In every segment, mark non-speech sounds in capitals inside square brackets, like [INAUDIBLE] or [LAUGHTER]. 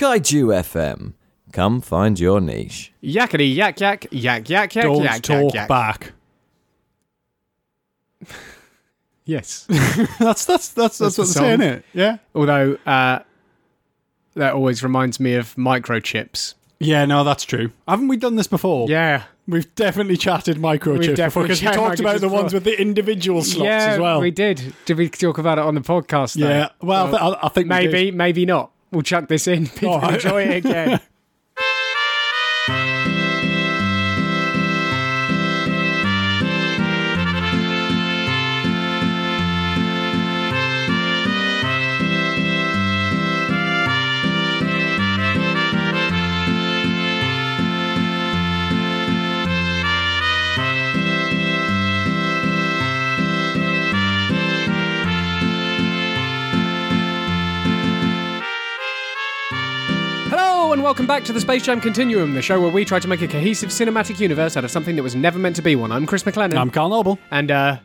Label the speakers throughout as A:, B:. A: Kaiju FM. Come find your niche.
B: Yakety yak yak yak yak yak
C: Don't
B: yak yak
C: talk
B: yak. [LAUGHS]
C: back.
B: Yes.
C: that's that's that's that's
B: the
C: what's saying
B: song.
C: it. Yeah.
B: [LAUGHS] Although uh, that always reminds me of microchips.
C: Yeah. No, that's true. Haven't we done this before?
B: Yeah.
C: We've definitely chatted microchips
B: We've
C: before
B: definitely
C: because we
B: chatted
C: talked about
B: microchips
C: the ones
B: before.
C: with the individual slots
B: yeah,
C: as well.
B: we did. Did we talk about it on the podcast? Though? Uh,
C: yeah. Well, I, I think we did.
B: Maybe, maybe not. We'll chuck this in. [LAUGHS] People
C: All right.
B: enjoy it [LAUGHS] again. Hello and welcome back to the Space Jam Continuum, the show where we try to make a cohesive cinematic universe out of something that was never meant to be one. I'm Chris McLennan,
C: I'm Carl Noble.
B: and uh,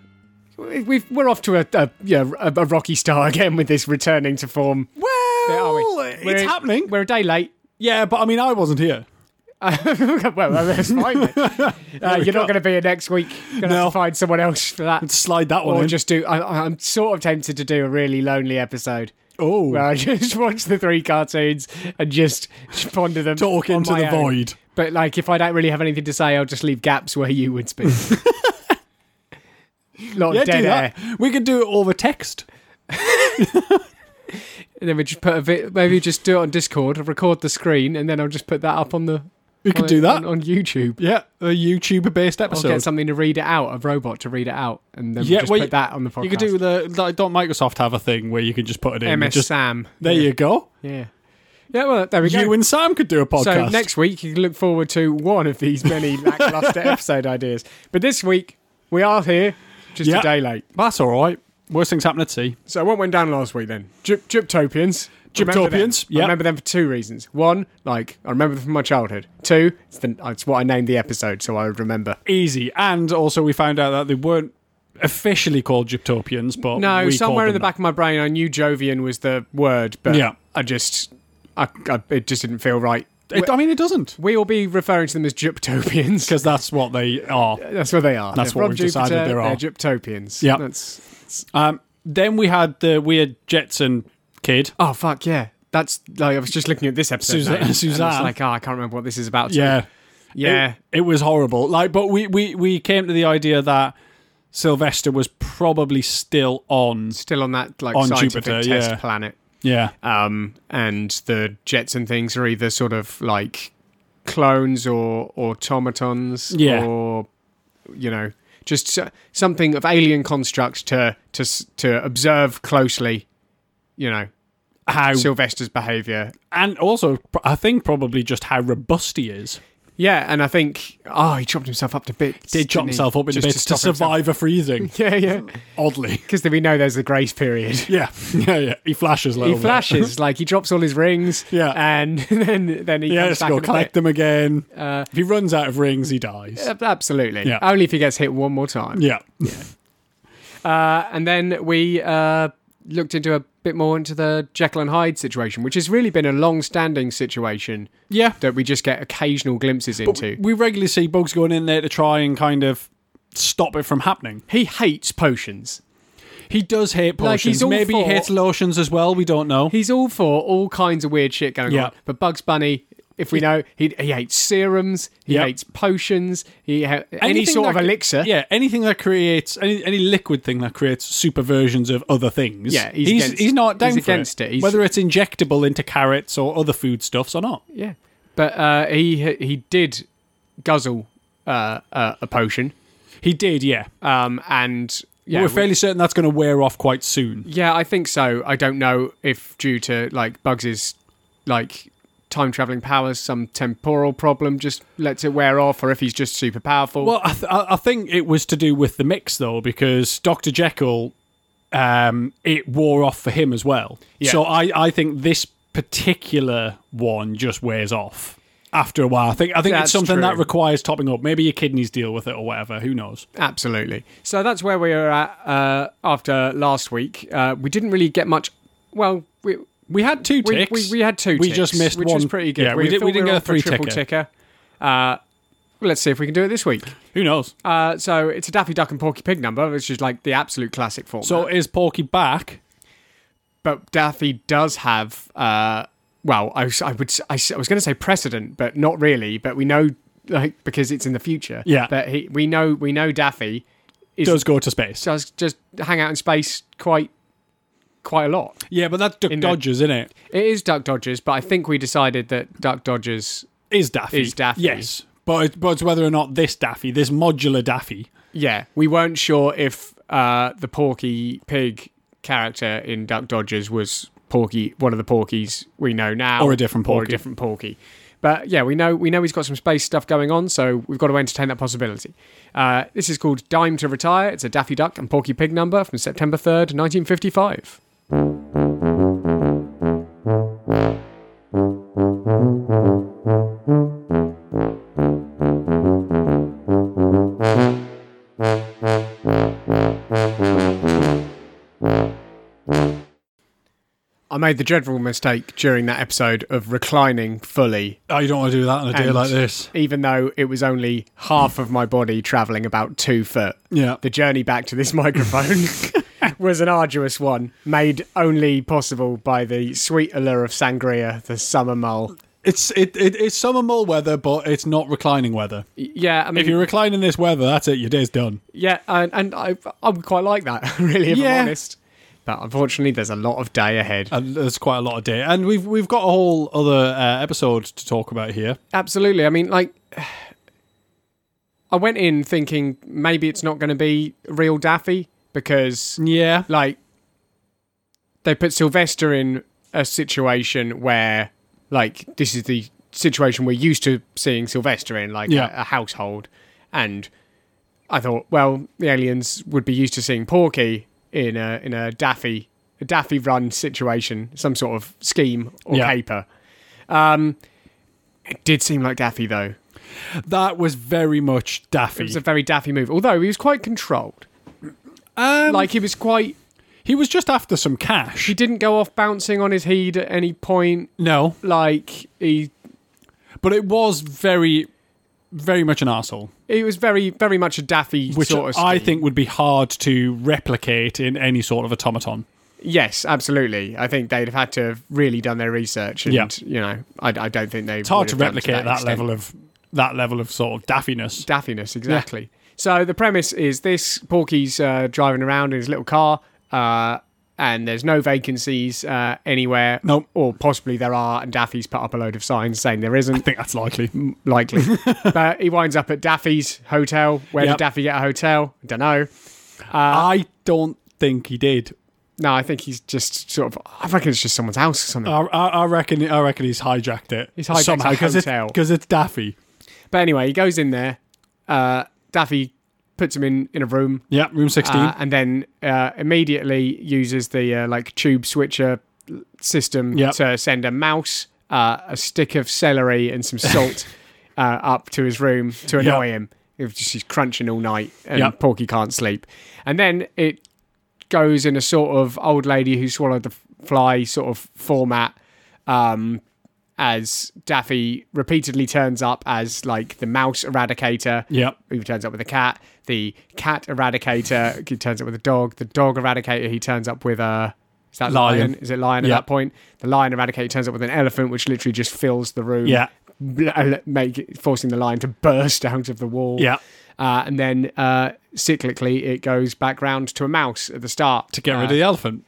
B: we've, we're off to a, a yeah a, a rocky start [LAUGHS] again with this returning to form. are we?
C: Well, it's
B: We're-
C: happening.
B: We're a day late. [LAUGHS]
C: Yeah, but I mean, I wasn't here.
B: well, that's fine.
C: [LAUGHS]
B: mate. Uh, you're not going to be here next week. Going to have
C: No.
B: to find someone else for that.
C: Slide that one
B: or
C: in.
B: just do. I, I'm sort of tempted to do a really lonely episode
C: oh,
B: where I [LAUGHS] just watch the three cartoons and just ponder them.
C: talk
B: on
C: into
B: my
C: the
B: own.
C: void.
B: But like, if I don't really have anything to say, I'll just leave gaps where you would
C: [LAUGHS]
B: speak. Lot
C: Yeah,
B: of dead
C: do
B: air,
C: that. We could do it over text.
B: and then we just put a bit. Maybe just do it on Discord, record the screen, and then I'll just put that up on the.
C: We
B: on-
C: could do that.
B: on, on YouTube.
C: yeah, a YouTuber-based
B: I'll
C: episode.
B: get something to read it out, a robot to read it out, and then
C: Yeah,
B: we'll just
C: well,
B: put that on the podcast.
C: you could do the like. Don't Microsoft have a thing where you can just put it in?
B: MS
C: Just,
B: Sam.
C: there you go.
B: Yeah. Yeah, well, there we go.
C: You and Sam could do a podcast.
B: So next week you can look forward to one of these [LAUGHS] many lackluster episode ideas. But this week we are here, just
C: Yeah.
B: a day late.
C: that's all right. Worst things happen at sea.
B: So what went down last week then? Gyp- Gyptopians. Remember them.
C: Gyptopians, yeah.
B: I remember them for two reasons. One, like I remember them from my childhood. Two, it's, the, it's what I named the episode, so I would remember.
C: Easy. And also, we found out that they weren't officially called Gyptopians, but
B: No,
C: we
B: somewhere
C: called
B: in the
C: them
B: back of my brain I knew Jovian was the word, but
C: Yeah.
B: I just, I, I, it just didn't feel right.
C: that. It, I mean, it doesn't
B: We will be referring to them as Gyptopians.
C: because that's what they are.
B: That's what they are.
C: That's
B: They're
C: what
B: from
C: we've decided
B: Jupiter,
C: they are.
B: They're Gyptopians.
C: Yep.
B: That's
C: Um, then we had the weird Jetson kid.
B: oh fuck yeah. That's like I was just looking at this episode.
C: Suzanne-
B: name, and
C: Suzanne.
B: It's like oh, I can't remember what this is about.
C: Yeah,
B: yeah.
C: It, it was horrible. Like, but we, we we came to the idea that Sylvester was probably still on.
B: Still on that like
C: On
B: scientific
C: Jupiter,
B: test
C: yeah.
B: planet.
C: Yeah,
B: Um, and the jets and things are either sort of like clones or automatons.
C: Yeah.
B: Or you know, just s- something of alien construct to to s- to observe closely. You know,
C: how
B: Sylvester's behaviour
C: and also pr- I think probably just how robust he is.
B: Yeah, and I think oh, he chopped himself up to bits.
C: Did chop
B: didn't he?
C: himself up into
B: Just
C: bits to,
B: stop himself.
C: survive a [LAUGHS] freezing.
B: [LAUGHS] Yeah, yeah.
C: Oddly,
B: Because we know there's the grace period.
C: [LAUGHS]
B: [LAUGHS]
C: yeah, yeah, yeah. He flashes a little.
B: He flashes like he drops all his rings.
C: Oh, [LAUGHS] Yeah.
B: and [LAUGHS] then then he
C: Bit. [LAUGHS] Yeah,
B: comes
C: just
B: back
C: go
B: in a
C: collect
B: bit.
C: them again.
B: Uh,
C: if he runs out of rings, he dies.
B: Ab- Absolutely.
C: Yeah.
B: Only if he gets hit one more time.
C: yeah,
B: Uh, and then we uh, looked into a bit more into the Jekyll and Hyde situation, which has really been a long-standing situation
C: [LAUGHS] yeah.
B: that we just get occasional glimpses into.
C: We regularly see bugs going in there to try and kind of stop it from happening.
B: he hates potions.
C: He does hate potions.
B: Like, he's all
C: Maybe he
B: for-
C: hates lotions as well. We don't know.
B: He's all for all kinds of weird shit going
C: Yeah.
B: on. But Bugs Bunny, if we know, he, he hates serums, he
C: Yeah.
B: hates potions, he ha- any
C: Anything
B: sort of
C: that-
B: elixir.
C: yeah, anything that creates any any liquid thing that creates super versions of other things.
B: Yeah, he's
C: he's,
B: against-
C: he's not down
B: he's
C: for
B: against it. He's-
C: Whether it's injectable into carrots or other foodstuffs or not.
B: Yeah. But uh, he he did guzzle uh, uh, a potion,
C: He did, yeah.
B: um, and yeah,
C: We're
B: we-
C: fairly certain that's going to wear off quite soon.
B: yeah, I think so. I don't know if due to like Bugs's like time traveling powers, some temporal problem just lets it wear off, or if he's just super powerful.
C: Well, I, th- I I think it was to do with the mix though, because Doctor Jekyll, um, it wore off for him as well.
B: Yeah.
C: So I, I think this particular one just wears off after a while. I think I think
B: That's
C: it's something
B: true.
C: that requires topping up. Maybe your kidneys deal with it or whatever. Who knows?
B: Absolutely. So that's where we are at uh, after last week. Uh, we didn't really get much. Well, we
C: We had two
B: We,
C: ticks.
B: we, we had two.
C: We
B: ticks,
C: just missed
B: which
C: one.
B: is pretty good.
C: Yeah, we, did,
B: thought
C: we didn't
B: were
C: get a
B: on for
C: three
B: triple
C: ticker.
B: ticker. Uh, let's see if we can do it this week.
C: Who knows?
B: Uh, so it's a Daffy Duck and Porky Pig number, which is like the absolute classic format.
C: So is Porky back?
B: but Daffy does have, uh, well, I, was- I would, s- I, s- I was going to say precedent, but not really. But we know, like, because it's in the future.
C: Yeah.
B: That he, we know, we know Daffy is
C: Does go to space?
B: does just hang out in space quite, quite a lot.
C: Yeah, but that's Duck
B: In the-
C: Dodgers, isn't it?
B: It is Duck Dodgers, but I think we decided that Duck Dodgers,
C: Is Daffy?
B: Is Daffy.
C: Yes, but it, but it's whether or not this Daffy, this modular Daffy,
B: yeah, we weren't sure if uh, the Porky Pig character in Duck Dodgers was Porky, one of the Porkies we know now,
C: Or a different
B: or a
C: Porky.
B: different Porky. But yeah, we know we know he's got some space stuff going on, so we've got to entertain that possibility. Uh, this is called Dime to Retire. It's a Daffy Duck and Porky Pig number from September third, nineteen fifty-five. I made the dreadful mistake during that episode of reclining fully
C: I Oh, don't want to do that on a day
B: And-
C: like this.
B: even though it was only half of my body traveling about two foot.
C: Yeah.
B: The journey back to this [LAUGHS] microphone [LAUGHS] was an arduous one, made only possible by the sweet allure of sangria, the summer mull.
C: It's it, it it's summer mole weather, but it's not reclining weather.
B: Yeah, I
C: If
B: mean,
C: you're reclining this weather, that's it. Your day's done.
B: yeah, and, and I, I would quite like that, [LAUGHS] really, if
C: Yeah.
B: I'm honest. But unfortunately, there's a lot of day ahead.
C: And there's quite a lot of day, and we've we've got a whole other uh, episode to talk about here.
B: Absolutely. I mean, like, [SIGHS] I went in thinking maybe it's not going to be real Daffy because
C: Yeah,
B: like they put Sylvester in a situation where like this is the situation we're used to seeing Sylvester in, like
C: Yeah.
B: a, a household, and I thought, well, the aliens would be used to seeing Porky in a in a Daffy a Daffy run situation, some sort of scheme or
C: Yeah.
B: paper. Um, it did seem like Daffy though.
C: that was very much
B: It
C: Daffy.
B: was a very Daffy move, although he was quite controlled.
C: Um,
B: Like he was quite.
C: he was just after some cash.
B: He didn't go off bouncing on his head at any point.
C: No,
B: like he
C: but it was very, very much an arsehole.
B: he was very very much a daffy
C: which
B: sort of
C: I
B: scheme.
C: think would be hard to replicate in any sort of automaton.
B: yes absolutely i think they'd have had to have really done their research and
C: Yeah.
B: you know I, I don't think they
C: It's hard to replicate that, level of that level of sort of daffiness.
B: daffiness exactly so the premise is this porky's uh, driving around in his little car uh, and there's no vacancies uh, anywhere
C: Nope.
B: or possibly there are and daffy's put up a load of signs saying there
C: I
B: isn't
C: think that's likely.
B: likely but he winds up at daffy's hotel where
C: Yep.
B: did daffy get a hotel don't know Ah.
C: I don't think he did.
B: No, I think he's just sort of. I reckon it's just someone's house or something.
C: I, I, I reckon. I reckon he's hijacked it.
B: He's hijacked a
C: somehow it's
B: hotel.
C: because it's Daffy.
B: But anyway, he goes in there. Uh, Daffy puts him in in a room,
C: Yeah, room sixteen.
B: uh, and then uh, immediately uses the uh, like tube switcher system
C: Yep.
B: to send a mouse, uh, a stick of celery, and some salt uh, up to his room to annoy him. It was just he's crunching all night, and
C: Yep.
B: Porky can't sleep. And then it goes in a sort of old lady who swallowed the f- fly sort of format um as daffy repeatedly turns up as like the mouse eradicator
C: Yep.
B: who turns up with a cat the cat eradicator [LAUGHS] he turns up with a dog the dog eradicator he turns up with a is that lion,
C: Lion.
B: is it lion
C: Yep.
B: at that point the lion eradicator turns up with an elephant which literally just fills the room
C: Yeah,
B: bl- uh, make it, forcing the lion to burst out of the wall
C: yeah.
B: uh, and then uh, cyclically it goes back round to a mouse at the start Uh,
C: To get rid of the elephant.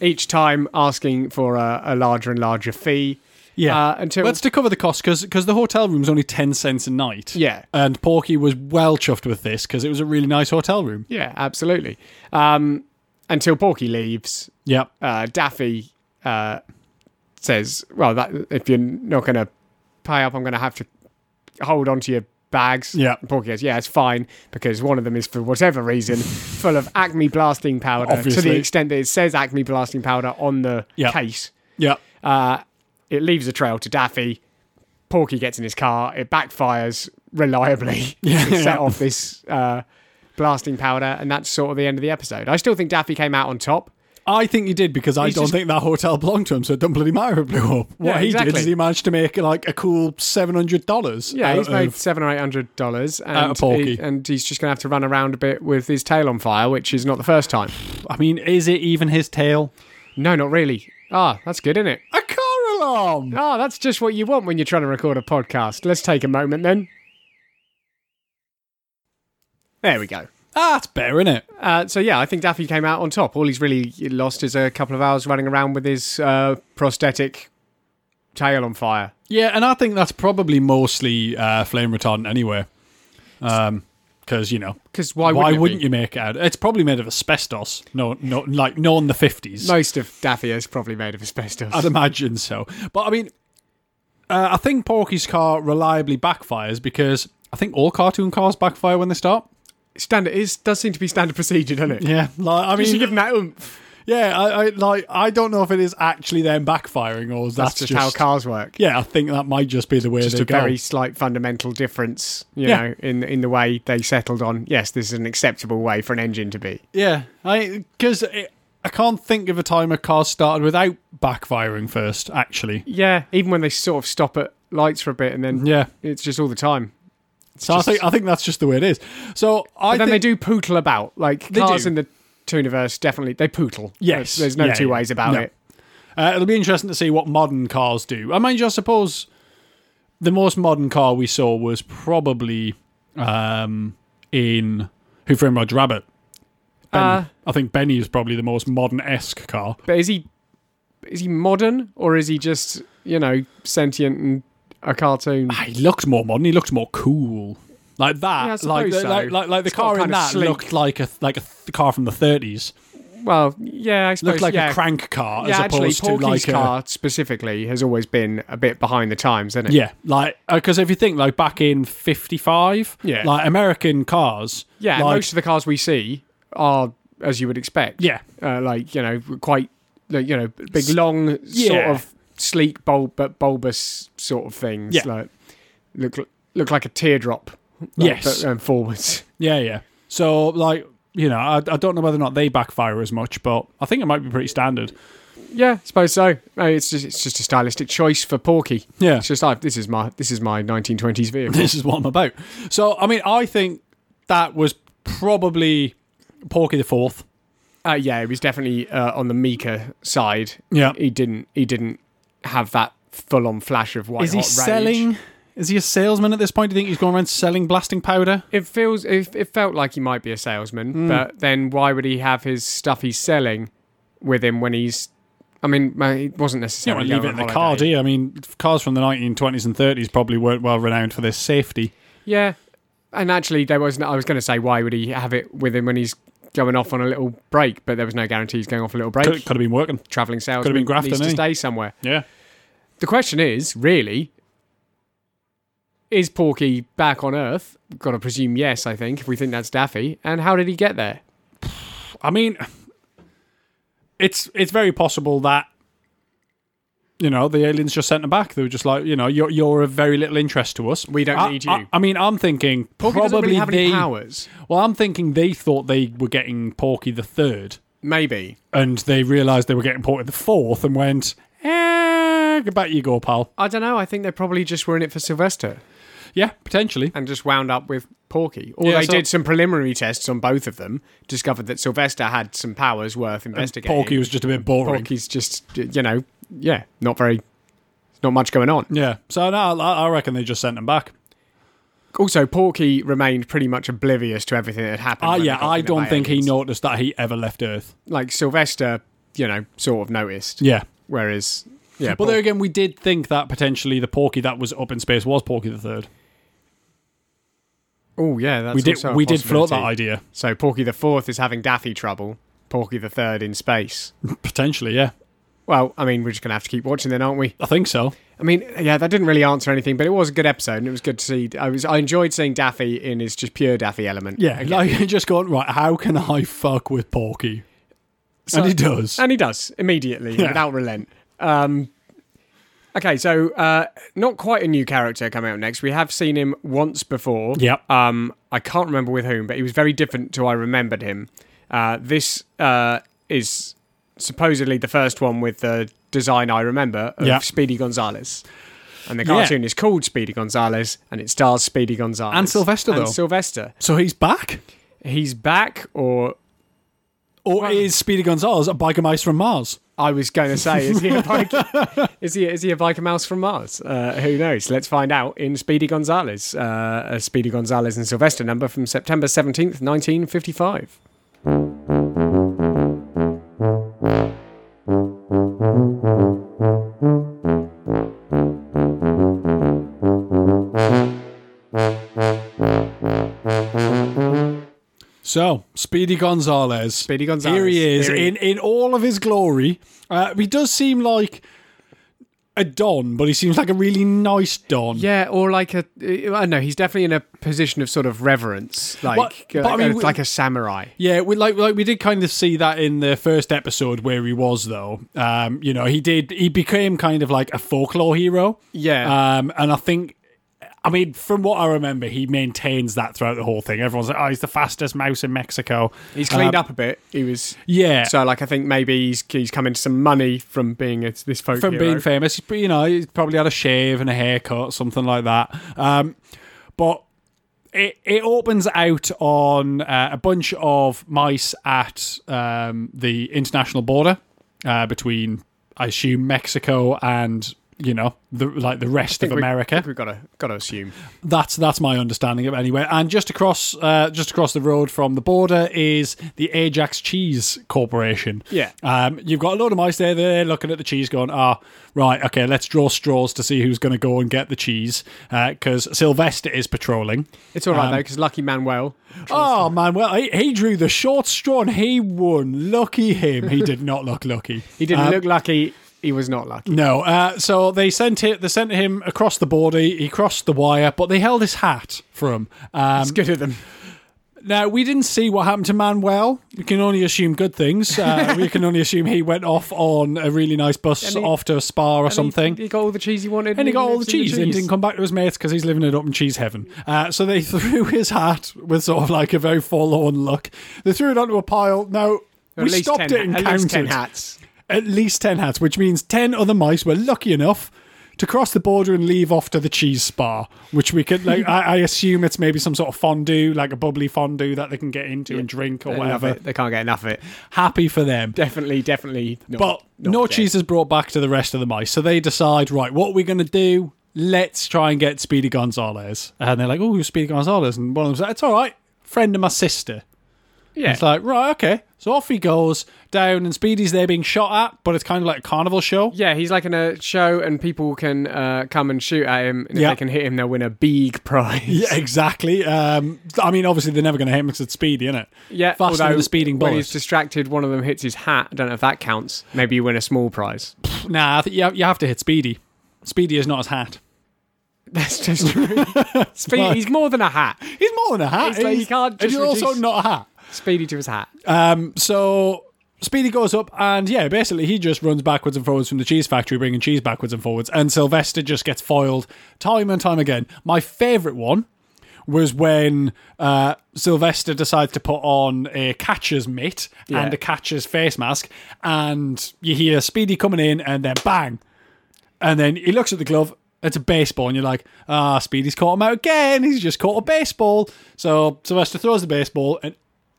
B: each time asking for a, a larger and larger fee
C: Yeah,
B: uh, until-
C: that's to cover the cost because the hotel room's only ten cents a night.
B: Yeah.
C: and Porky was well chuffed with this because it was a really nice hotel room.
B: yeah absolutely um, until porky leaves
C: Yeah,
B: uh, daffy uh, says well that if you're not going to pay up i'm going to have to hold on to your bags
C: Yeah.
B: And porky goes yeah it's fine because one of them is for whatever reason full of acme blasting powder to
C: Obviously.
B: the extent that it says acme blasting powder on the
C: Yeah.
B: case
C: yeah.
B: Uh, it leaves a trail to Daffy. Porky gets in his car. It backfires
C: [LAUGHS]
B: reliably.
C: Yeah.
B: It set off this uh, blasting powder, and that's sort of the end of the episode. I still think Daffy came out on top.
C: I think he did because I
B: He's
C: don't
B: just-
C: think that hotel belonged to him, so it doesn't bloody matter if it blew up. What
B: Yeah,
C: he
B: exactly.
C: did is he managed to make like a cool seven hundred dollars.
B: Yeah, he's made seven or eight hundred dollars, and
C: of Porky.
B: he- and he's just gonna have to run around a bit with his tail on fire, which is not the first time.
C: I mean, is it even his tail?
B: No, not really. Ah, that's good, isn't it?
C: A car alarm.
B: Ah, that's just what you want when you're trying to record a podcast. Let's take a moment then. There we go.
C: Ah, it's better, is it?
B: Uh, so yeah, I think Daffy came out on top. All he's really lost is a couple of hours running around with his uh, prosthetic tail on fire.
C: Yeah, and I think that's probably mostly uh, flame retardant anyway. Um, because you know,
B: Because why,
C: why
B: wouldn't, it
C: wouldn't
B: be?
C: you make it out? It's probably made of asbestos. No, no, like no in the fifties.
B: Most of Daffy is probably made of asbestos.
C: I'd imagine so. But I mean, uh, I think Porky's car reliably backfires because I think all cartoon cars backfire when they start.
B: standard is does seem to be standard procedure, doesn't it?
C: Yeah, like I
B: You should give
C: mean,
B: him that oomph.
C: yeah, I, I like I don't know if it is actually them backfiring or
B: That's,
C: that's,
B: just, how cars work.
C: Yeah, I think that might just be the way
B: Just
C: they
B: a
C: go.
B: very slight fundamental difference, you
C: Yeah.
B: know, in in the way they settled on. Yes, this is an acceptable way for an engine to be.
C: Yeah, I because I can't think of a time a car started without backfiring first. Actually,
B: Yeah, even when they sort of stop at lights for a bit and then
C: yeah.
B: it's just all the time.
C: So
B: just-
C: I think I think that's just the way it is. So I
B: But then
C: think
B: they do pootle about. Like
C: They
B: cars
C: do.
B: in the Tooniverse definitely they pootle.
C: Yes.
B: There's, there's no
C: Yeah,
B: two
C: yeah.
B: ways about
C: No.
B: it.
C: Uh, it'll be interesting to see what modern cars do. I mind you, I suppose the most modern car we saw was probably um, in Who Framed Roger Rabbit. Ben,
B: Uh,
C: I think Benny is probably the most modern esque car.
B: But is he is he modern or is he just, you know, sentient and a cartoon?
C: Ah, He looked more modern. He looked more cool. Like that,
B: Yeah, I
C: like,
B: suppose
C: the,
B: so.
C: like, like, like the
B: got
C: car in
B: kind of
C: that
B: sleek-
C: looked like a like a th- car from the 30s.
B: Well, yeah, I suppose
C: Looked like
B: yeah.
C: a crank car
B: yeah,
C: as
B: actually,
C: opposed to
B: Porky's
C: like a
B: car specifically has always been a bit behind the times, hasn't it?
C: Yeah, like because if you think like back in '55,
B: Yeah.
C: like American cars,
B: Yeah, and
C: like,
B: most of the cars we see are as you would expect.
C: yeah,
B: uh, like you know, quite like, you know, big long sort
C: yeah.
B: of sleek bulb but bulbous sort of things.
C: Yeah.
B: like look look like a teardrop. like,
C: Yes.
B: but, um,
C: [LAUGHS]
B: forwards.
C: yeah, yeah. So like you know, I, I don't know whether or not they backfire as much, but I think it might be pretty standard.
B: Yeah, suppose so. Uh, It's just it's just a stylistic choice for Porky.
C: Yeah, [LAUGHS]
B: It's just like this is my this is my 1920s vehicle.
C: this is what I'm about. So I mean, I think that was probably Porky the Fourth.
B: uh, yeah, it was definitely uh, on the meeker side.
C: Yeah,
B: He didn't he didn't have that full on flash of white
C: is he
B: hot rage.
C: selling? Is he a salesman at this point? Do you think he's going around selling blasting powder?
B: It feels it, it felt like he might be a salesman,
C: Mm.
B: but then why would he have his stuff he's selling with him when he's? I mean, ma- he wasn't
C: You
B: necessarily
C: don't leave it
B: going
C: in
B: on
C: the car, do
B: holiday.
C: you? I mean, cars from the 1920s and 30s probably weren't well renowned for their safety.
B: Yeah, and actually, there wasn't. I was going to say, why would he have it with him when he's going off on a little break? But there was no guarantees going off a little break.
C: Could, could have been working.
B: Traveling salesman
C: been Grafton,
B: needs to
C: eh?
B: stay somewhere.
C: Yeah.
B: The question is, really, is Porky back on Earth? Got to presume yes. I think if we think that's Daffy, and how did he get there?
C: I mean, it's it's very possible that you know the aliens just sent them back. They were just like, you know, you're you're of very little interest to us.
B: We don't
C: I,
B: need you.
C: I, I mean, I'm thinking
B: Porky
C: probably
B: doesn't really have
C: they.
B: any powers.
C: Well, I'm thinking they thought they were getting Porky the third,
B: Maybe.
C: and they realised they were getting Porky the fourth, and went, eh, go back you go, pal.
B: I don't know. I think they probably just were in it for Sylvester
C: Yeah, potentially.
B: and just wound up with Porky. Or
C: Yeah,
B: they
C: so-
B: did some preliminary tests on both of them, discovered that Sylvester had some powers worth investigating.
C: Porky was just a bit boring.
B: Porky's just, you know, yeah, not very, not much going on.
C: Yeah, so no, I I reckon they just sent them back.
B: Also, Porky remained pretty much oblivious to everything that had happened.
C: Ah,
B: when they
C: yeah,
B: got
C: I
B: eaten
C: don't
B: by
C: think he
B: aliens.
C: noticed that he ever left Earth.
B: Like Sylvester, you know, sort of noticed.
C: Yeah,
B: Whereas, yeah,
C: But
B: Por-
C: there again, we did think that potentially the Porky that was up in space was Porky the Third.
B: oh yeah, that's
C: We did
B: also a
C: we did float that
B: possibility.
C: idea
B: So Porky the Fourth is having Daffy trouble. Porky the Third in space.
C: potentially. Yeah,
B: Well, I mean, we're just gonna have to keep watching then, aren't we?
C: I think so.
B: I mean, yeah, that didn't really answer anything, but it was a good episode, and it was good to see. I was, I enjoyed seeing Daffy in his just pure Daffy element.
C: Yeah,
B: Again.
C: like you [LAUGHS] just going right. How can I fuck with Porky?
B: So-
C: and he does.
B: and he does immediately
C: Yeah.
B: without relent. Um, okay, so uh, not quite a new character coming out next. We have seen him once before.
C: Yep.
B: Um, I can't remember with whom, but he was very different to I remembered him. Uh, this uh, is supposedly the first one with the design I remember of
C: Yeah.
B: Speedy Gonzales. And the
C: Yeah.
B: cartoon is called Speedy Gonzales, and it stars Speedy Gonzales
C: And Sylvester,
B: And
C: though.
B: Sylvester,
C: So he's back?
B: he's back, or
C: Or is Speedy Gonzales a biker mice from Mars?
B: I was going to say, is he
C: [LAUGHS]
B: a bike? is he is he a biker mouse from Mars? Uh, who knows? Let's find out in Speedy Gonzales, uh, a Speedy Gonzales and Sylvester number from September seventeenth, nineteen fifty-five.
C: So, Speedy Gonzales.
B: Speedy Gonzales.
C: Here he is
B: Here he-
C: in, in all of his glory. Uh, he does seem like a Don, but he seems like a really nice Don.
B: Yeah, or like a I don't know. He's definitely in a position of sort of reverence, like
C: What- but I
B: uh,
C: mean,
B: uh,
C: we-
B: like a samurai.
C: Yeah, we like like we did kind of see that in the first episode where he was though. Um, you know, he did he became kind of like a folklore hero.
B: Yeah.
C: Um, and I think I mean, from what I remember, he maintains that throughout the whole thing. Everyone's like, "Oh, he's the fastest mouse in Mexico."
B: He's cleaned
C: Um,
B: up a bit. He was
C: Yeah,
B: so like I think maybe he's he's come into some money from being a, this folk
C: from
B: hero.
C: being famous. He's, you know, he's probably had a shave and a haircut, something like that. Um, but it it opens out on uh, a bunch of mice at um, the international border uh, between, I assume, Mexico and you know the like the rest
B: I
C: of
B: think we- I
C: America.
B: think we've got to got to assume.
C: That's that's my understanding of it anyway. And just across uh, just across the road from the border is the Ajax Cheese Corporation.
B: Yeah.
C: Um, you've got a load of mice there. They're looking at the cheese, going, "Ah, right, okay, let's draw straws to see who's going to go and get the cheese." Because Sylvester is patrolling.
B: It's all right
C: Um,
B: though, because Lucky Manuel.
C: Oh man, well he, he drew the short straw and he won. Lucky him. He did not look lucky. [LAUGHS]
B: He didn't look lucky. He was not lucky.
C: No, uh, so they sent it. They sent him across the border. He crossed the wire, but they held his hat for him. Um,
B: It's good of them.
C: Now we didn't see what happened to Manuel. We can only assume good things.
B: [LAUGHS]
C: Uh, we can only assume he went off on a really nice bus
B: he-
C: off to a spa or something.
B: He, got all the cheese he wanted.
C: and he got all the cheese and didn't come back to his mates because he's living it up in cheese heaven. Uh, so they [LAUGHS] threw his hat with sort of like a very forlorn look. They threw it onto a pile. Now we stopped it and
B: at
C: counted
B: least ten hats.
C: at least 10 hats, which means 10 other mice were lucky enough to cross the border and leave off to the cheese spa, which we
B: [LAUGHS]
C: could, like, I, I assume it's maybe some sort of fondue, like a bubbly fondue that they can get into and drink or
B: They love
C: whatever.
B: it. They can't get enough of it.
C: Happy for them.
B: Definitely, definitely. Not,
C: But
B: not
C: no
B: dead.
C: cheese is brought back to the rest of the mice. So they decide, right, what are we going to do? Let's try and get Speedy Gonzales. And they're like, oh, who's Speedy Gonzales? And one of them's like, it's all right, friend of my sister.
B: Yeah.
C: It's like, right, okay. So off he goes down, and Speedy's there being shot at, but it's kind of like a carnival show.
B: Yeah, he's like in a show, and people can uh, come and shoot at him. And if
C: Yeah.
B: they can hit him, they'll win a big prize.
C: Yeah, exactly. Um, I mean, obviously they're never going to hit him because it's speedy, isn't it?
B: yeah.
C: faster than
B: although
C: a speeding
B: when
C: bullet.
B: he's distracted, one of them hits his hat. I don't know if that counts. Maybe you win a small prize. [LAUGHS]
C: Nah, I think you have, you have to hit speedy. Speedy is not his hat.
B: That's just
C: [LAUGHS]
B: true. Speedy,
C: like-
B: he's more than a hat.
C: He's more than a hat.
B: It's like you can't
C: and
B: just
C: you're also
B: reduce-
C: not a hat.
B: Speedy to his hat.
C: Um, so Speedy goes up, and yeah, basically he just runs backwards and forwards from the cheese factory, bringing cheese backwards and forwards. And Sylvester just gets foiled time and time again. My favourite one was when uh, Sylvester decides to put on a catcher's mitt
B: Yeah.
C: and a catcher's face mask, and you hear Speedy coming in, and then bang, and then he looks at the glove. It's a baseball, and you're like, ah, Speedy's caught him out again. He's just caught a baseball. So Sylvester throws the baseball, and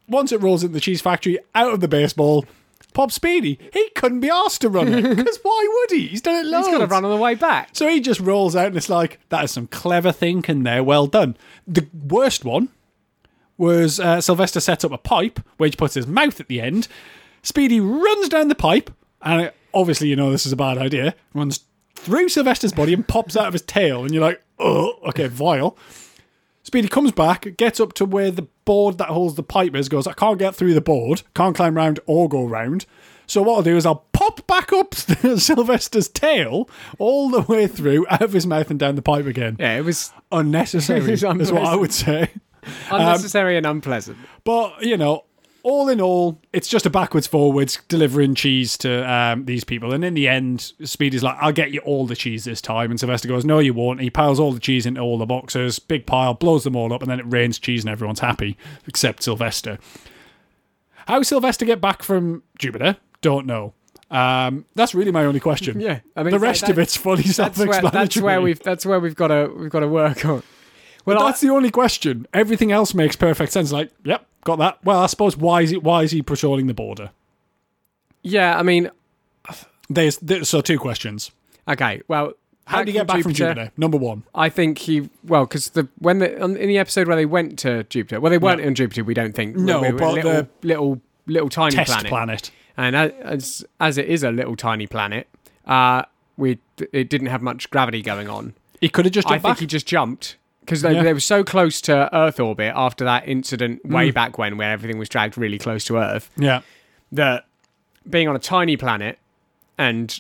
C: once it rolls into the cheese factory, out of the baseball, pops Speedy. He couldn't be asked to run it, because why would he? He's done it loads.
B: He's got to run on the way back.
C: So he just rolls out, and it's like, that is some clever thinking there. Well done. The worst one was uh, Sylvester sets up a pipe, where he puts his mouth at the end. Speedy runs down the pipe, and it- obviously, you know, this is a bad idea, runs through Sylvester's body and pops out of his tail. And you're like, oh, okay, vile. Speedy comes back, gets up to where the board that holds the pipe is, goes, I can't get through the board, can't climb round or go round. So what I'll do is I'll pop back up [LAUGHS] Sylvester's tail all the way through, out of his mouth and down the pipe again.
B: Yeah, it was
C: Unnecessary [LAUGHS] is what I
B: unpleasant.
C: would say. Um,
B: unnecessary and unpleasant.
C: But you know, all in all, it's just a backwards forwards delivering cheese to um, these people. And in the end, Speedy's like, "I'll get you all the cheese this time." And Sylvester goes, "No, you won't." And he piles all the cheese into all the boxes, big pile, blows them all up, and then it rains cheese, and everyone's happy except Sylvester. How Sylvester get back from Jupiter? Don't know. Um, that's really my only
B: [LAUGHS]
C: question.
B: Yeah, I mean
C: the
B: that-
C: rest of
B: that-
C: it's [LAUGHS] fully
B: That's where,
C: self-explanatory.
B: that's where we've that's where we've got to we've got to work on. Well,
C: But that's the only question. Everything else makes perfect sense. Like, yep, got that. Well, I suppose why is it? Why is he patrolling the border?
B: I, yeah, I mean,
C: There's, there- so two questions.
B: okay. Well,
C: How do you get back from Jupiter? Number one.
B: I think he well because the when the on, in the episode where they went to Jupiter, well they weren't on Jupiter. We don't think.
C: No,
B: We were a
C: but
B: little,
C: the-
B: little little tiny
C: Test
B: planet.
C: planet.
B: and a- as as it is a little tiny planet, uh, we it didn't have much gravity going on.
C: He could have just
B: I
C: jumped
B: think
C: back.
B: he just jumped because they,
C: Yeah. Mm.
B: they were so close to Earth orbit after that incident way back when, where everything was dragged really close to Earth.
C: yeah.
B: That being on a tiny planet and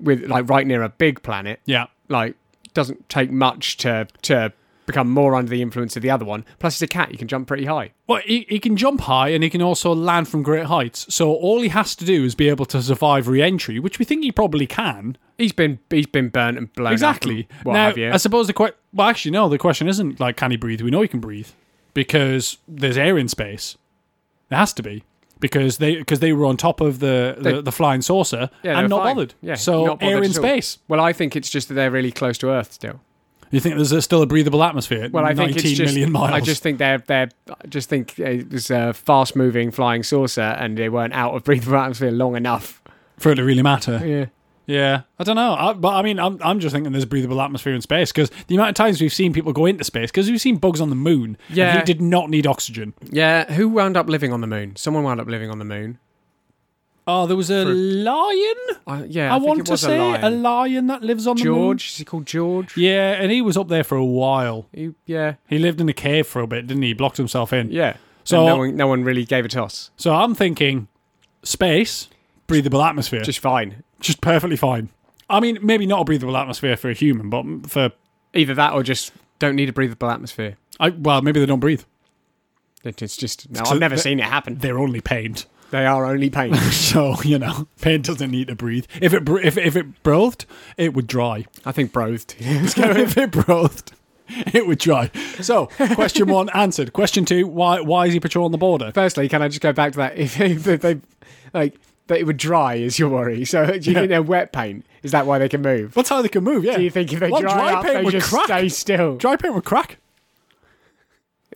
B: with like right near a big planet,
C: Yeah.
B: like doesn't take much to to become more under the influence of the other one. Plus, it's a cat; you can jump pretty high.
C: Well, he, he can jump high and he can also land from great heights. So all he has to do is be able to survive re-entry, which we think he probably can.
B: He's been he's been burnt and blown up
C: Exactly.
B: and what
C: now,
B: have you?
C: I suppose the question. Well, actually, no. The question isn't like, can he breathe? We know he can breathe because there's air in space. There has to be because they because they were on top of the the,
B: They-
C: the flying saucer
B: Yeah,
C: and
B: they're
C: not
B: fine.
C: bothered.
B: Yeah,
C: so
B: not
C: air
B: bothered
C: in
B: at all.
C: space.
B: Well, I think it's just that they're really close to Earth still.
C: You think there's a, still a breathable atmosphere?
B: Well, I
C: nineteen
B: think
C: million
B: it's just.
C: miles.
B: I just think they're they're. I just think it was a fast-moving flying saucer, and they weren't out of breathable atmosphere long enough.
C: [LAUGHS] for it to really matter.
B: Yeah.
C: Yeah, I don't know, I, but I mean, I'm, I'm just thinking there's breathable atmosphere in space because the amount of times we've seen people go into space because we've seen bugs on the moon. and
B: Yeah.
C: he did not need oxygen.
B: Yeah. Who wound up living on the moon? Someone wound up living on the moon.
C: Oh, there was a
B: For-
C: lion.
B: I yeah.
C: I,
B: I, think
C: want
B: it
C: to
B: was
C: say
B: a, lion.
C: a lion that lives on the moon.
B: George. Is he called George?
C: Yeah, and he was up there for a while.
B: You- yeah.
C: He lived in a cave for a bit, didn't he? He blocked himself in.
B: Yeah.
C: So-
B: And no one, no one really gave a toss.
C: So I'm thinking space, breathable atmosphere. Just,
B: Just fine.
C: just perfectly fine. I mean, maybe not a breathable atmosphere for a human, but for
B: Either that or just don't need a breathable atmosphere.
C: I well, maybe they don't breathe.
B: It- It's just. No,
C: It's
B: I've never
C: the-
B: seen it happen.
C: They're only paint.
B: They are only paint.
C: [LAUGHS] So, you know, paint doesn't need to breathe. If it br- if if it breathed, it would dry. [LAUGHS]
B: I think [LAUGHS] brothed.
C: if it breathed, it would dry. So, question 1 [LAUGHS] answered. Question 2, why why is he patrolling the border?
B: firstly, can I just go back to that? If, if they, like, that it would dry is your worry. So do you think they're wet paint? Is that why they can move?
C: That's how they can move, yeah.
B: Do you think if they
C: Well,
B: dry, up, they just stay still?
C: [LAUGHS] Dry paint would crack.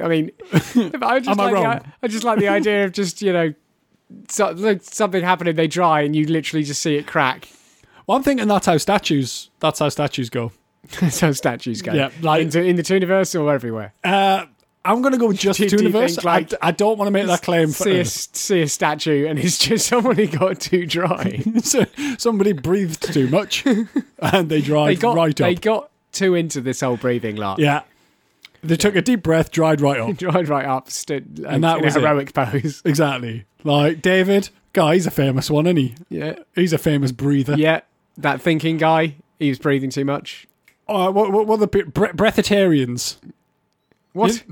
B: I mean, if I just
C: Am I
B: like the,
C: wrong?
B: I- I just like the idea of just you know, so, like something happening, they dry, and you literally just see it crack.
C: Well, I'm thinking that's how statues. That's how statues go.
B: [LAUGHS] That's how statues go.
C: Yeah, like-
B: into, in the Tooniverse or everywhere.
C: Uh, I'm gonna go
B: [LAUGHS]
C: just
B: Do you- do you
C: universe.
B: think, like,
C: I, I don't want to make that claim for
B: see,
C: [LAUGHS]
B: a,
C: Earth.
B: s- see a statue, and it's just [LAUGHS] someone who got too
C: [LAUGHS]
B: dry.
C: So- Somebody breathed
B: [LAUGHS]
C: too much, and they dried
B: they got
C: right
B: they
C: up.
B: got too into this whole breathing lark.
C: yeah, they took a deep breath, dried right
B: [LAUGHS]
C: up.
B: dried right up, stood like,
C: And that
B: in
C: was
B: a
C: it.
B: heroic
C: [LAUGHS]
B: pose.
C: exactly. Like David, guy, he's a famous one, isn't he?
B: Yeah,
C: He's a famous breather.
B: yeah. That thinking guy, he was breathing too much.
C: Uh, what, what, what are the pe- bre- breathitarians?
B: What is
C: Is-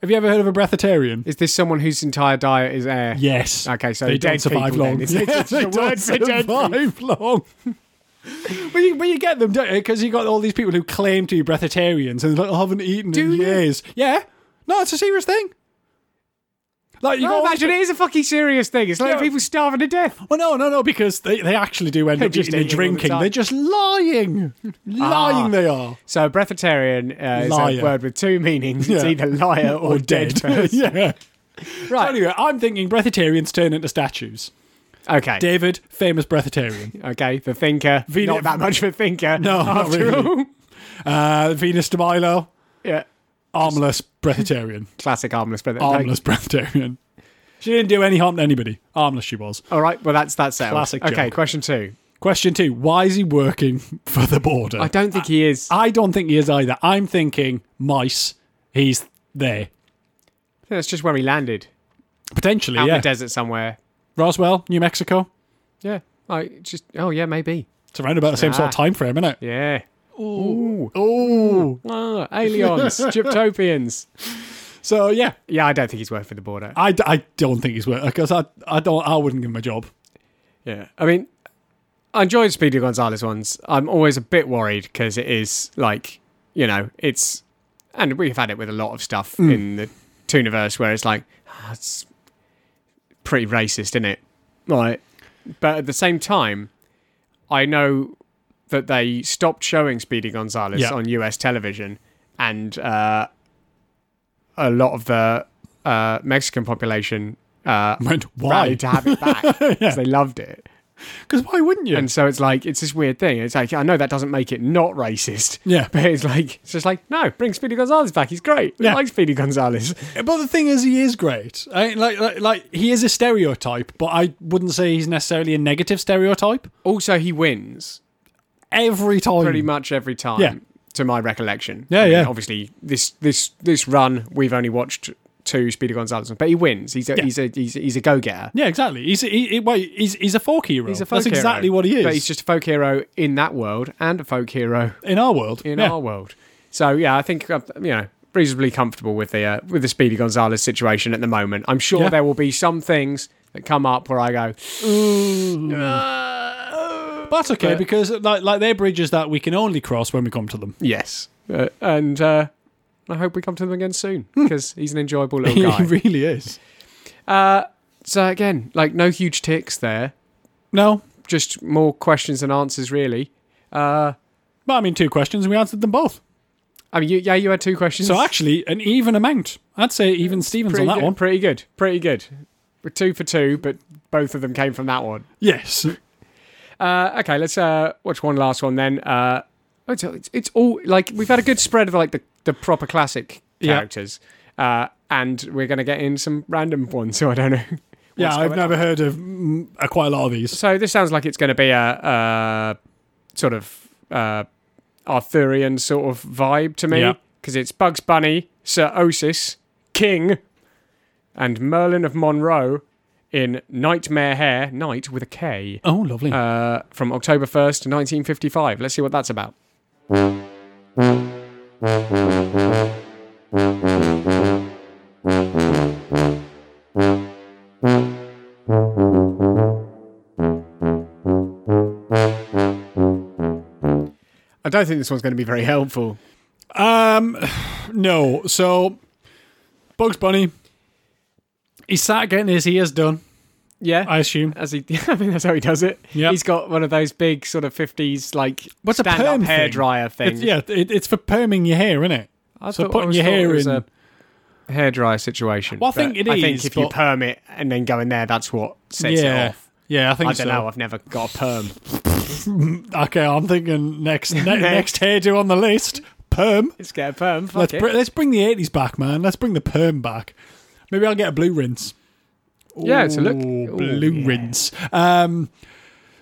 C: Have you ever heard of a breathitarian?
B: this? Someone whose entire diet is air?
C: Yes.
B: Okay, so
C: They
B: dead
C: don't survive
B: people then.
C: long.
B: It's just
C: [LAUGHS] they
B: a word
C: don't
B: for dead
C: survive long. but, you, but you get them, don't you? Because you got all these people who claim to be breatharians and like, haven't eaten
B: Do
C: in
B: you?
C: years. Yeah. No, it's a serious thing. Like you
B: No,
C: got all these
B: imagine it is a fucking serious thing. It's like
C: Yeah.
B: people starving to death.
C: Well, no, no, no, because they, they actually do end
B: They're
C: up
B: just
C: just eating and
B: eating all the
C: drinking.
B: time. Ah.
C: They're just lying. lying they are.
B: So a breatharian uh, is
C: Liar.
B: a word with two meanings. It's
C: Yeah.
B: either
C: [LAUGHS]
B: liar or, dead. person.
C: yeah.
B: Right.
C: Anyway, I'm thinking breathitarians turn into statues.
B: Okay.
C: David,
B: [LAUGHS]
C: famous breathitarian.
B: Okay. The thinker.
C: Venus-
B: Not that much of a thinker.
C: [LAUGHS] No, not
B: after
C: really.
B: all.
C: Uh, Venus de Milo,
B: yeah.
C: armless breathitarian.
B: Classic armless brother.
C: Armless breathitarian. She didn't do any harm to anybody. Armless she was.
B: all right. Well, that's that's settled.
C: Classic
B: Okay.
C: joke.
B: Question two.
C: Question two, why is he working [LAUGHS] for the border?
B: I don't think he is.
C: I don't think he is either. I'm thinking mice. He's there.
B: That's just where he landed.
C: Potentially,
B: Out in
C: yeah.
B: the desert somewhere.
C: Roswell, New Mexico.
B: Yeah. Like just oh yeah, maybe.
C: It's around about the same sort of
B: Ah.
C: time frame, isn't it?
B: Yeah. Ooh.
C: Oh,
B: Ah,
C: [LAUGHS]
B: aliens, Gyptopians.
C: so yeah,
B: Yeah, I don't think he's working for the border.
C: I, d- I don't think he's worth because I I don't I wouldn't give him a job. [LAUGHS]
B: Yeah. I mean, I enjoyed Speedy Gonzalez ones. I'm always a bit worried because it is like, you know, it's, and we've had it with a lot of stuff
C: Hmm.
B: in the Tooniverse where it's like, ah, it's pretty racist, isn't it? Like, But at the same time, I know that they stopped showing Speedy Gonzales
C: Yeah.
B: on US television, and uh, a lot of the uh, Mexican population uh,
C: Went, why?
B: rallied to have it
C: [LAUGHS]
B: back because they loved it.
C: Because why wouldn't you?
B: And so it's like it's this weird thing. It's like I know that doesn't make it not racist. [LAUGHS]
C: Yeah.
B: But it's like it's just like no, bring Speedy Gonzales back. He's great. We
C: Yeah.
B: like Speedy Gonzales.
C: But the thing is, he is great. I, like, like, like, he is a stereotype, but I wouldn't say he's necessarily a negative stereotype.
B: Also, he wins
C: Every time,
B: pretty much every time,
C: Yeah.
B: to my recollection.
C: Yeah,
B: I mean,
C: yeah.
B: Obviously, this this this run we've only watched two Speedy Gonzales, but he wins. He's a
C: Yeah.
B: he's a he's a, he's a go getter.
C: Yeah, exactly. He's he, he, well, he's he's a folk hero.
B: He's a folk
C: That's
B: hero,
C: exactly what he is.
B: But he's just a folk hero in that world and a folk hero
C: in our world.
B: in
C: yeah.
B: our world. So yeah, I think uh, you know reasonably comfortable with the uh, with the Speedy Gonzalez situation at the moment. I'm sure
C: Yeah.
B: there will be some things that come up where I go,
C: but that's okay
B: but-
C: because like like they're bridges that we can only cross when we come to them.
B: [LAUGHS] yes, uh, and uh, I hope we come to them again soon because he's an
C: [LAUGHS]
B: enjoyable little guy.
C: Hmm. he really is.
B: uh, so again, like no huge ticks there,
C: No,
B: just more questions than answers really. Uh,
C: but I mean two questions and we answered them both.
B: I mean, you, yeah, you had two questions.
C: So actually, an even amount. I'd say even Stevens
B: pretty
C: on that
B: good,
C: one.
B: pretty good, pretty good. We're two for two, but both of them came from that one.
C: [LAUGHS] Yes.
B: Uh, okay, let's uh, watch one last one then. Uh, it's, it's, it's all like we've had a good spread of like the, the proper classic
C: Yeah.
B: characters, uh, and we're gonna get in some random ones. [LAUGHS] So I don't know. what's
C: yeah, I've
B: going on.
C: never heard of mm, uh, quite a lot of these.
B: So this sounds like it's going to be a, uh sort of uh, Arthurian sort of vibe to
C: Yeah.
B: me because it's Bugs Bunny, Sir Osis, King, and Merlin of Monroe in Nightmare Hair, Night with a K
C: Oh, lovely.
B: uh, from October 1st, 1955. Let's see what that's about. I don't think this one's going to be very helpful.
C: Um, [SIGHS] no. So, Bugs Bunny. He's sat getting his ears done.
B: Yeah.
C: I assume.
B: as he, [LAUGHS] I mean, that's how he does it.
C: Yep.
B: He's got one of those big sort of 50s, like,
C: What's a
B: stand-up
C: perm
B: hair
C: thing?
B: dryer thing.
C: It's, yeah, it, it's for perming your hair, isn't it?
B: I
C: So
B: thought- I
C: putting
B: always
C: your
B: thought
C: hair
B: it was
C: in-
B: a hair dryer situation.
C: Well, I
B: but
C: think it
B: I think
C: is,
B: if you
C: but-
B: perm it and then go in there, that's what sets it
C: yeah.
B: off.
C: Yeah, I think
B: I don't
C: so.
B: know. I've never got a perm.
C: Okay, I'm thinking
B: [LAUGHS]
C: next ne- next hairdo on the list. Perm.
B: Let's get a perm. Fuck
C: [LAUGHS] Let's
B: it.
C: br- let's bring the eighties back, man. Let's bring the perm back. Maybe I'll get a blue rinse.
B: Yeah, it's a look.
C: Ooh,
B: Ooh,
C: blue rinse. Um,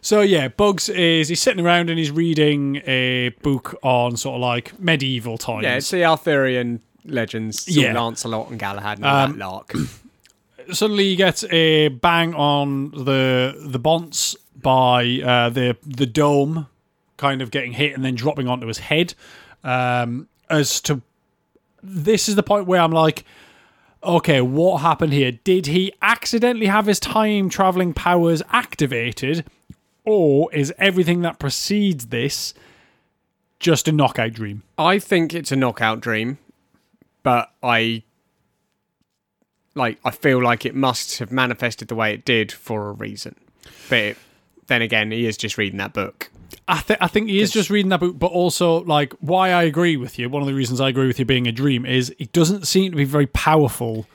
C: so yeah, Bugs is he's sitting around and he's reading a book on sort of like medieval times.
B: yeah, it's the Arthurian legends. Yeah,
C: Yeah.
B: Lancelot and Galahad and all
C: Um,
B: that lark.
C: suddenly you get a bang on the the bonce by uh, the the dome kind of getting hit and then dropping onto his head um, as to this is the point where I'm like okay what happened here did he accidentally have his time traveling powers activated or is everything that precedes this just a knockout dream
B: I think it's a knockout dream, but I like I feel like it must have manifested the way it did for a reason. But it, then again, he is just reading that book.
C: I, th- I think he is just reading that book, but also like why I agree with you. One of the reasons I agree with you being a dream is it doesn't seem to be very powerful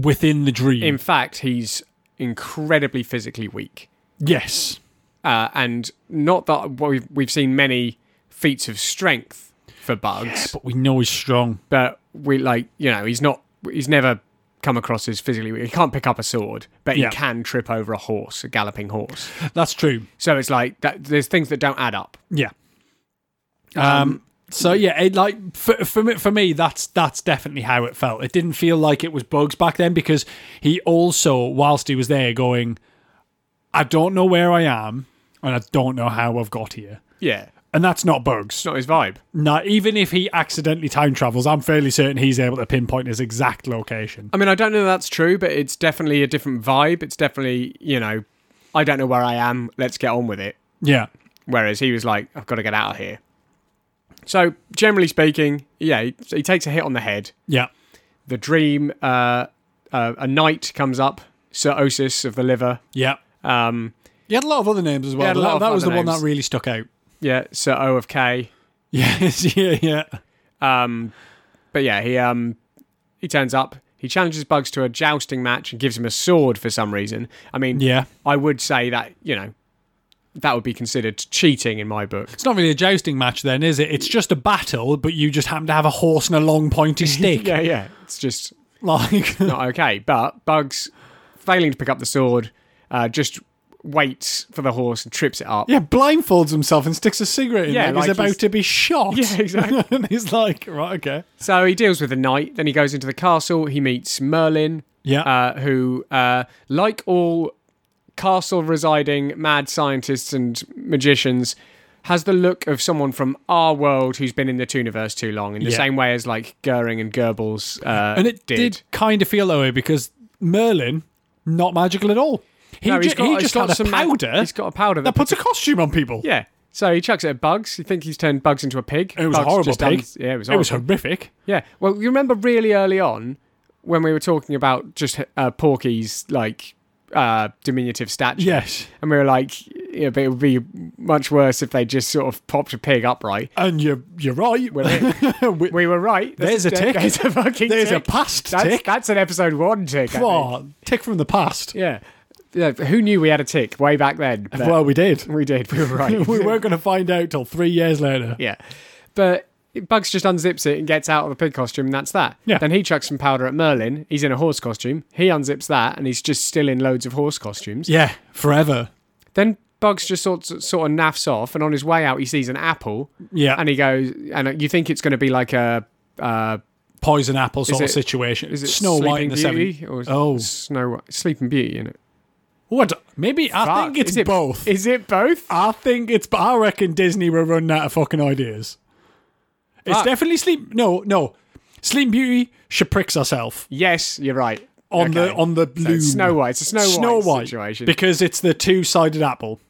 C: within the dream.
B: In fact, he's incredibly physically weak,
C: yes,
B: uh, and not that we've we've seen many feats of strength for Bugs,
C: but we know he's strong.
B: but we like you know he's not he's never come across as physically weak. he can't pick up a sword but
C: Yeah.
B: he can trip over a horse a galloping horse
C: That's true.
B: so it's like that there's things that don't add up
C: Yeah. Um. so yeah, it, like for for me, for me, that's that's definitely how it felt. It didn't feel like it was bugs back then because he also, whilst he was there, going, I don't know where I am, and I don't know how I've got here,
B: yeah
C: and that's not bugs.
B: it's not his vibe
C: No, even if he accidentally time travels, I'm fairly certain he's able to pinpoint his exact location.
B: i mean i don't know if that's true but it's definitely a different vibe it's definitely you know i don't know where i am let's get on with it
C: Yeah.
B: whereas he was like i've got to get out of here so generally speaking yeah he, he takes a hit on the head
C: Yeah.
B: the dream uh, uh, a knight comes up sir osis of the liver
C: Yeah.
B: um,
C: He had a lot of other names as well.
B: had a
C: but
B: lot
C: that-
B: of
C: that was the
B: other
C: one that
B: names.
C: really stuck out.
B: Yeah, Sir O of K.
C: Yes, [LAUGHS] yeah, yeah.
B: Um, but yeah, he um, he turns up. He challenges Bugs to a jousting match and gives him a sword for some reason. I mean,
C: Yeah.
B: I would say that you know that would be considered cheating in my book.
C: It's not really a jousting match then, is it? It's just a battle, but you just happen to have a horse and a long [LAUGHS] pointy stick.
B: Yeah, yeah, it's just
C: [LAUGHS] Like
B: not okay. But Bugs, failing to pick up the sword, uh, just waits for the horse and trips it up.
C: Yeah, blindfolds himself and sticks a cigarette in
B: Yeah,
C: there.
B: like
C: he's about
B: he's-
C: to be shot.
B: Yeah, exactly.
C: [LAUGHS] and he's like, right, okay.
B: So he deals with the knight. Then he goes into the castle. He meets Merlin,
C: Yeah.
B: uh, who, uh, like all castle residing mad scientists and magicians, has the look of someone from our world who's been in the Tooniverse too long, in the
C: Yeah.
B: same way as like Goering and Goebbels. Uh,
C: and it
B: did.
C: did, kind of feel that way because Merlin, not magical at all. He,
B: No,
C: ju-
B: he's got-
C: he
B: he's
C: just
B: got
C: had
B: some
C: a
B: mag-
C: powder
B: he's got a powder that
C: that puts a costume on people.
B: Yeah. So he chucks it at Bugs. You think he's turned Bugs into a pig?
C: It was a
B: Bugs
C: horrible
B: just
C: pig.
B: un- yeah, it was
C: It
B: horrible.
C: was horrific.
B: yeah. Well, you remember really early on when we were talking about just uh, Porky's like uh, diminutive stature.
C: Yes.
B: And we were like, yeah, but it would be much worse if they just sort of popped a pig upright.
C: And you're you're right.
B: Well,
C: [LAUGHS] We-
B: We were right.
C: There's a tick.
B: There's a fucking
C: There's a
B: tick.
C: past
B: that's,
C: tick.
B: That's an episode one tick. I think.
C: Aw, tick from the past.
B: Yeah. Yeah. Who knew we had a tick way back then? But
C: Well, we did.
B: we did. We were right.
C: [LAUGHS] we weren't going to find out till three years later.
B: Yeah. But Bugs just unzips it and gets out of the pig costume, and that's that.
C: Yeah.
B: Then he chucks some powder at Merlin. He's in a horse costume. He unzips that, and he's just still in loads of horse costumes.
C: Yeah, forever.
B: Then Bugs just sort, sort of naffs off, and on his way out, he sees an apple,
C: Yeah,
B: and he goes, and you think it's going to be like a. Uh,
C: poison apple sort of
B: it-
C: situation.
B: is it
C: Snow
B: Sleeping
C: White in the
B: Beauty
C: seven.
B: or is
C: Oh.
B: it Snow White? Sleeping Beauty in it.
C: What? Maybe I think
B: Fuck,
C: it's
B: is it,
C: both.
B: Is it both?
C: I think it's. I reckon Disney were running out of fucking ideas. It's
B: Fuck.
C: definitely sleep. No, no. Sleeping Beauty. She pricks herself
B: Yes, you're right.
C: on the
B: Okay.
C: on the
B: So
C: bloom.
B: it's Snow White. It's a Snow,
C: Snow
B: White,
C: White
B: situation.
C: because it's the two-sided apple.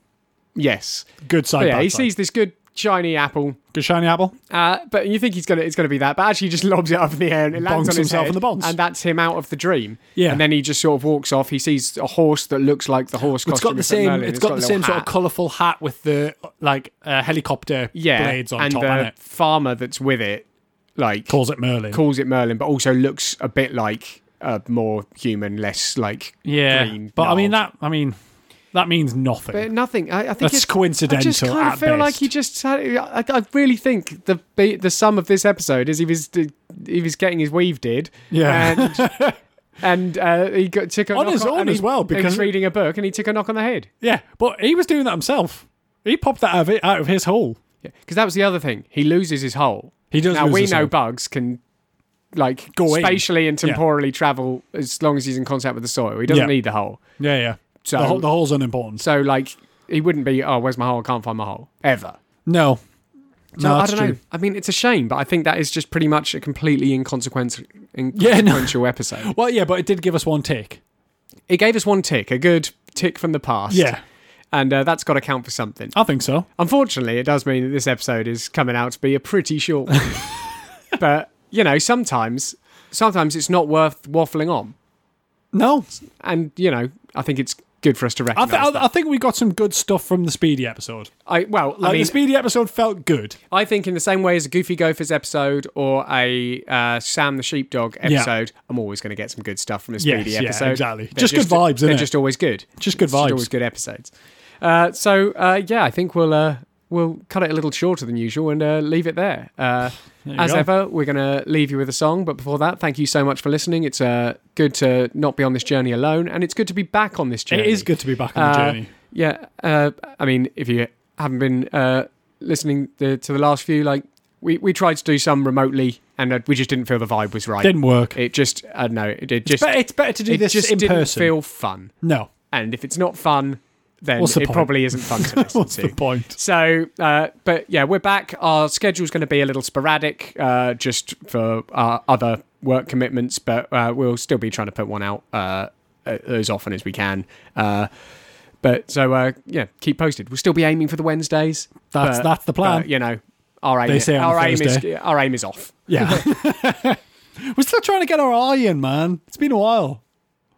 B: yes.
C: Good side.
B: But Oh, yeah,
C: bad
B: he
C: side.
B: sees this good shiny apple.
C: good shiny apple.
B: Uh, but you think he's gonna it's gonna be that, but actually he just [LAUGHS] lobs it up in the air and it lands
C: Bonks
B: on his
C: himself
B: head,
C: in the bonds.
B: and that's him out of the dream.
C: Yeah.
B: and then he just sort of walks off. He sees a horse that looks like the horse.
C: It's got the same. it's got, the same sort of colourful hat with the like uh, helicopter
B: yeah,
C: blades on
B: and
C: top.
B: the
C: And it
B: farmer that's with it, like
C: calls it Merlin.
B: calls it Merlin, but also looks a bit like a more human, less like
C: Yeah,
B: green
C: but I mean
B: gnarled.
C: that. I mean that means nothing.
B: But nothing. I, I think
C: That's
B: it's
C: coincidental
B: I just kind
C: at
B: of feel like
C: best.
B: he just. Had, I, I really think the be- the sum of this episode is he was he was getting his weave did.
C: Yeah. [LAUGHS]
B: And, and uh, he got took a
C: On
B: knock
C: his own
B: and he-
C: as well,
B: he was
C: because-
B: reading a book and he took a knock on the head.
C: Yeah, but he was doing that himself. He popped that out of, it, out of his hole.
B: Because that was the other thing. He loses his hole.
C: He does
B: Now
C: lose
B: we
C: his
B: know
C: hole.
B: bugs can like
C: Go in.
B: spatially and
C: Yeah.
B: temporally travel as long as he's in contact with the soil. He doesn't
C: Yeah.
B: need the hole.
C: Yeah, yeah.
B: So-
C: the, hole, the hole's unimportant.
B: So like he wouldn't be. Oh, where's my hole? I can't find my hole ever.
C: No.
B: So
C: no,
B: I
C: that's
B: don't know.
C: true.
B: I mean, it's a shame, but I think that is just pretty much a completely inconsequential,
C: no.
B: inconsequential episode.
C: Well, yeah, but it did give us one take.
B: It gave us one tick, a good tick from the past.
C: Yeah,
B: And uh, that's got to count for something.
C: I think so.
B: Unfortunately, it does mean that this episode is coming out to be a pretty short
C: [LAUGHS]
B: one. but, you know, sometimes, sometimes it's not worth waffling on.
C: No,
B: And, you know, I think it's good for us to
C: I,
B: recognize.
C: th-
B: I,
C: I, I think we got some good stuff from the Speedy episode.
B: well,
C: Like,
B: I mean,
C: the Speedy episode felt good.
B: I think in the same way as a Goofy Gophers episode or a uh, Sam the Sheepdog episode, I'm always going to get some good stuff from a
C: Yes,
B: Speedy
C: yeah,
B: episode.
C: exactly.
B: They're
C: Just good vibes,
B: They're
C: innit?
B: just always good.
C: Just good
B: It's just
C: vibes.
B: always good episodes. Uh, so uh, yeah, I think we'll uh, we'll cut it a little shorter than usual and uh, leave it there. Uh,
C: you
B: as
C: go.
B: ever, we're going to leave you with a song. But before that, thank you so much for listening. It's uh, good to not be on this journey alone, and it's good to be back on this journey.
C: It is good to be back on the
B: Uh,
C: journey.
B: Yeah, uh, I mean, if you haven't been uh, listening the, to the last few, like we, we tried to do some remotely, and uh, we just didn't feel the vibe was right.
C: Didn't work.
B: It just, I don't know, it, it just,
C: but it's better to do
B: it
C: this
B: just
C: in
B: didn't
C: person.
B: feel fun. [LAUGHS]
C: no,
B: And if it's not fun, then
C: What's
B: it
C: the point?
B: probably isn't fun
C: [LAUGHS]
B: to listen
C: what's
B: to. [LAUGHS]
C: the point?
B: So, uh, but yeah, we're back. Our schedule's going to be a little sporadic, uh, just for our other work commitments, but uh, we'll still be trying to put one out uh, a- as often as we can. Uh, but so uh, yeah, keep posted. We'll still be aiming for the Wednesdays.
C: That's
B: but-
C: that's the plan.
B: but, you know, our aim.
C: They say on
B: our aim is
C: Thursday.
B: our aim is off.
C: Yeah. We're still trying to get our eye in, man. It's been a while.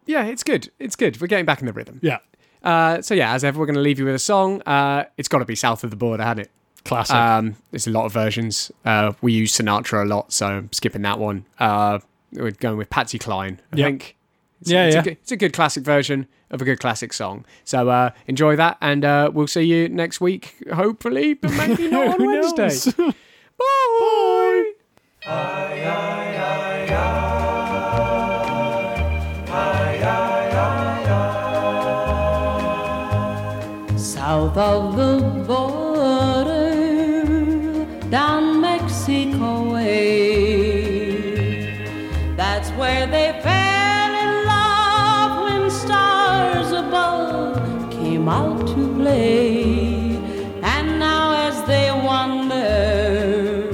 B: Yeah, it's good. It's good. We're getting back in the rhythm.
C: Yeah.
B: Uh, so yeah, as ever, we're going to leave you with a song. Uh, it's got to be South of the Border, hadn't it?
C: Classic.
B: [LAUGHS] Um, there's a lot of versions. Uh, we use Sinatra a lot, so I'm skipping that one. Uh, we're going with Patsy Cline, I
C: Yep.
B: think. It's,
C: Yeah,
B: it's
C: yeah.
B: A good, it's a good classic version of a good classic song. So uh, enjoy that, and uh, we'll see you next week, hopefully, but
C: [LAUGHS]
B: maybe not on
C: Who knows?
B: Wednesday. Bye.
D: South of the border, down Mexico way. That's where they fell in love when stars above came out to play. And now, as they wander,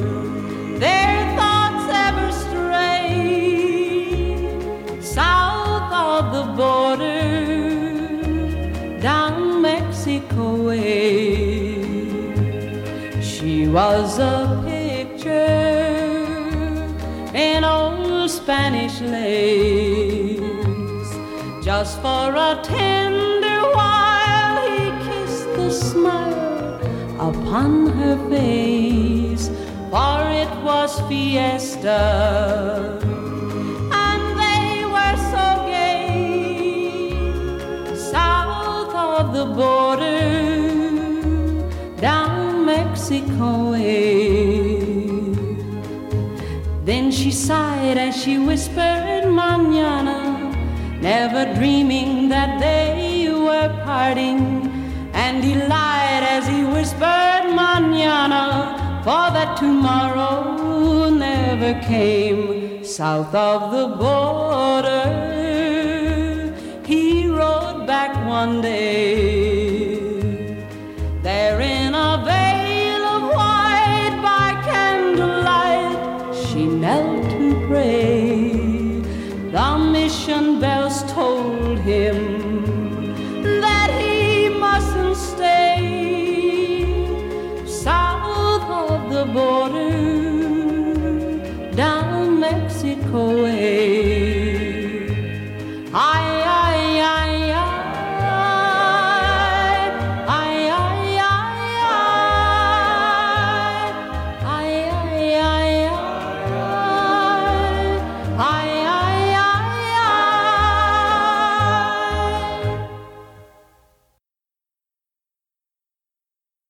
D: their thoughts ever stray south of the border, down Mexico way. She was a picture in old Spanish lace. Just for a tender while, he kissed the smile upon her face, for it was fiesta. And they were so gay, south of the border, down Mexico way. Then she sighed as she whispered, Manana, never dreaming that they were parting. And he lied as he whispered, Manana, for that tomorrow never came. South of the border, he rode back one day. There in a veil of white by candlelight, she never.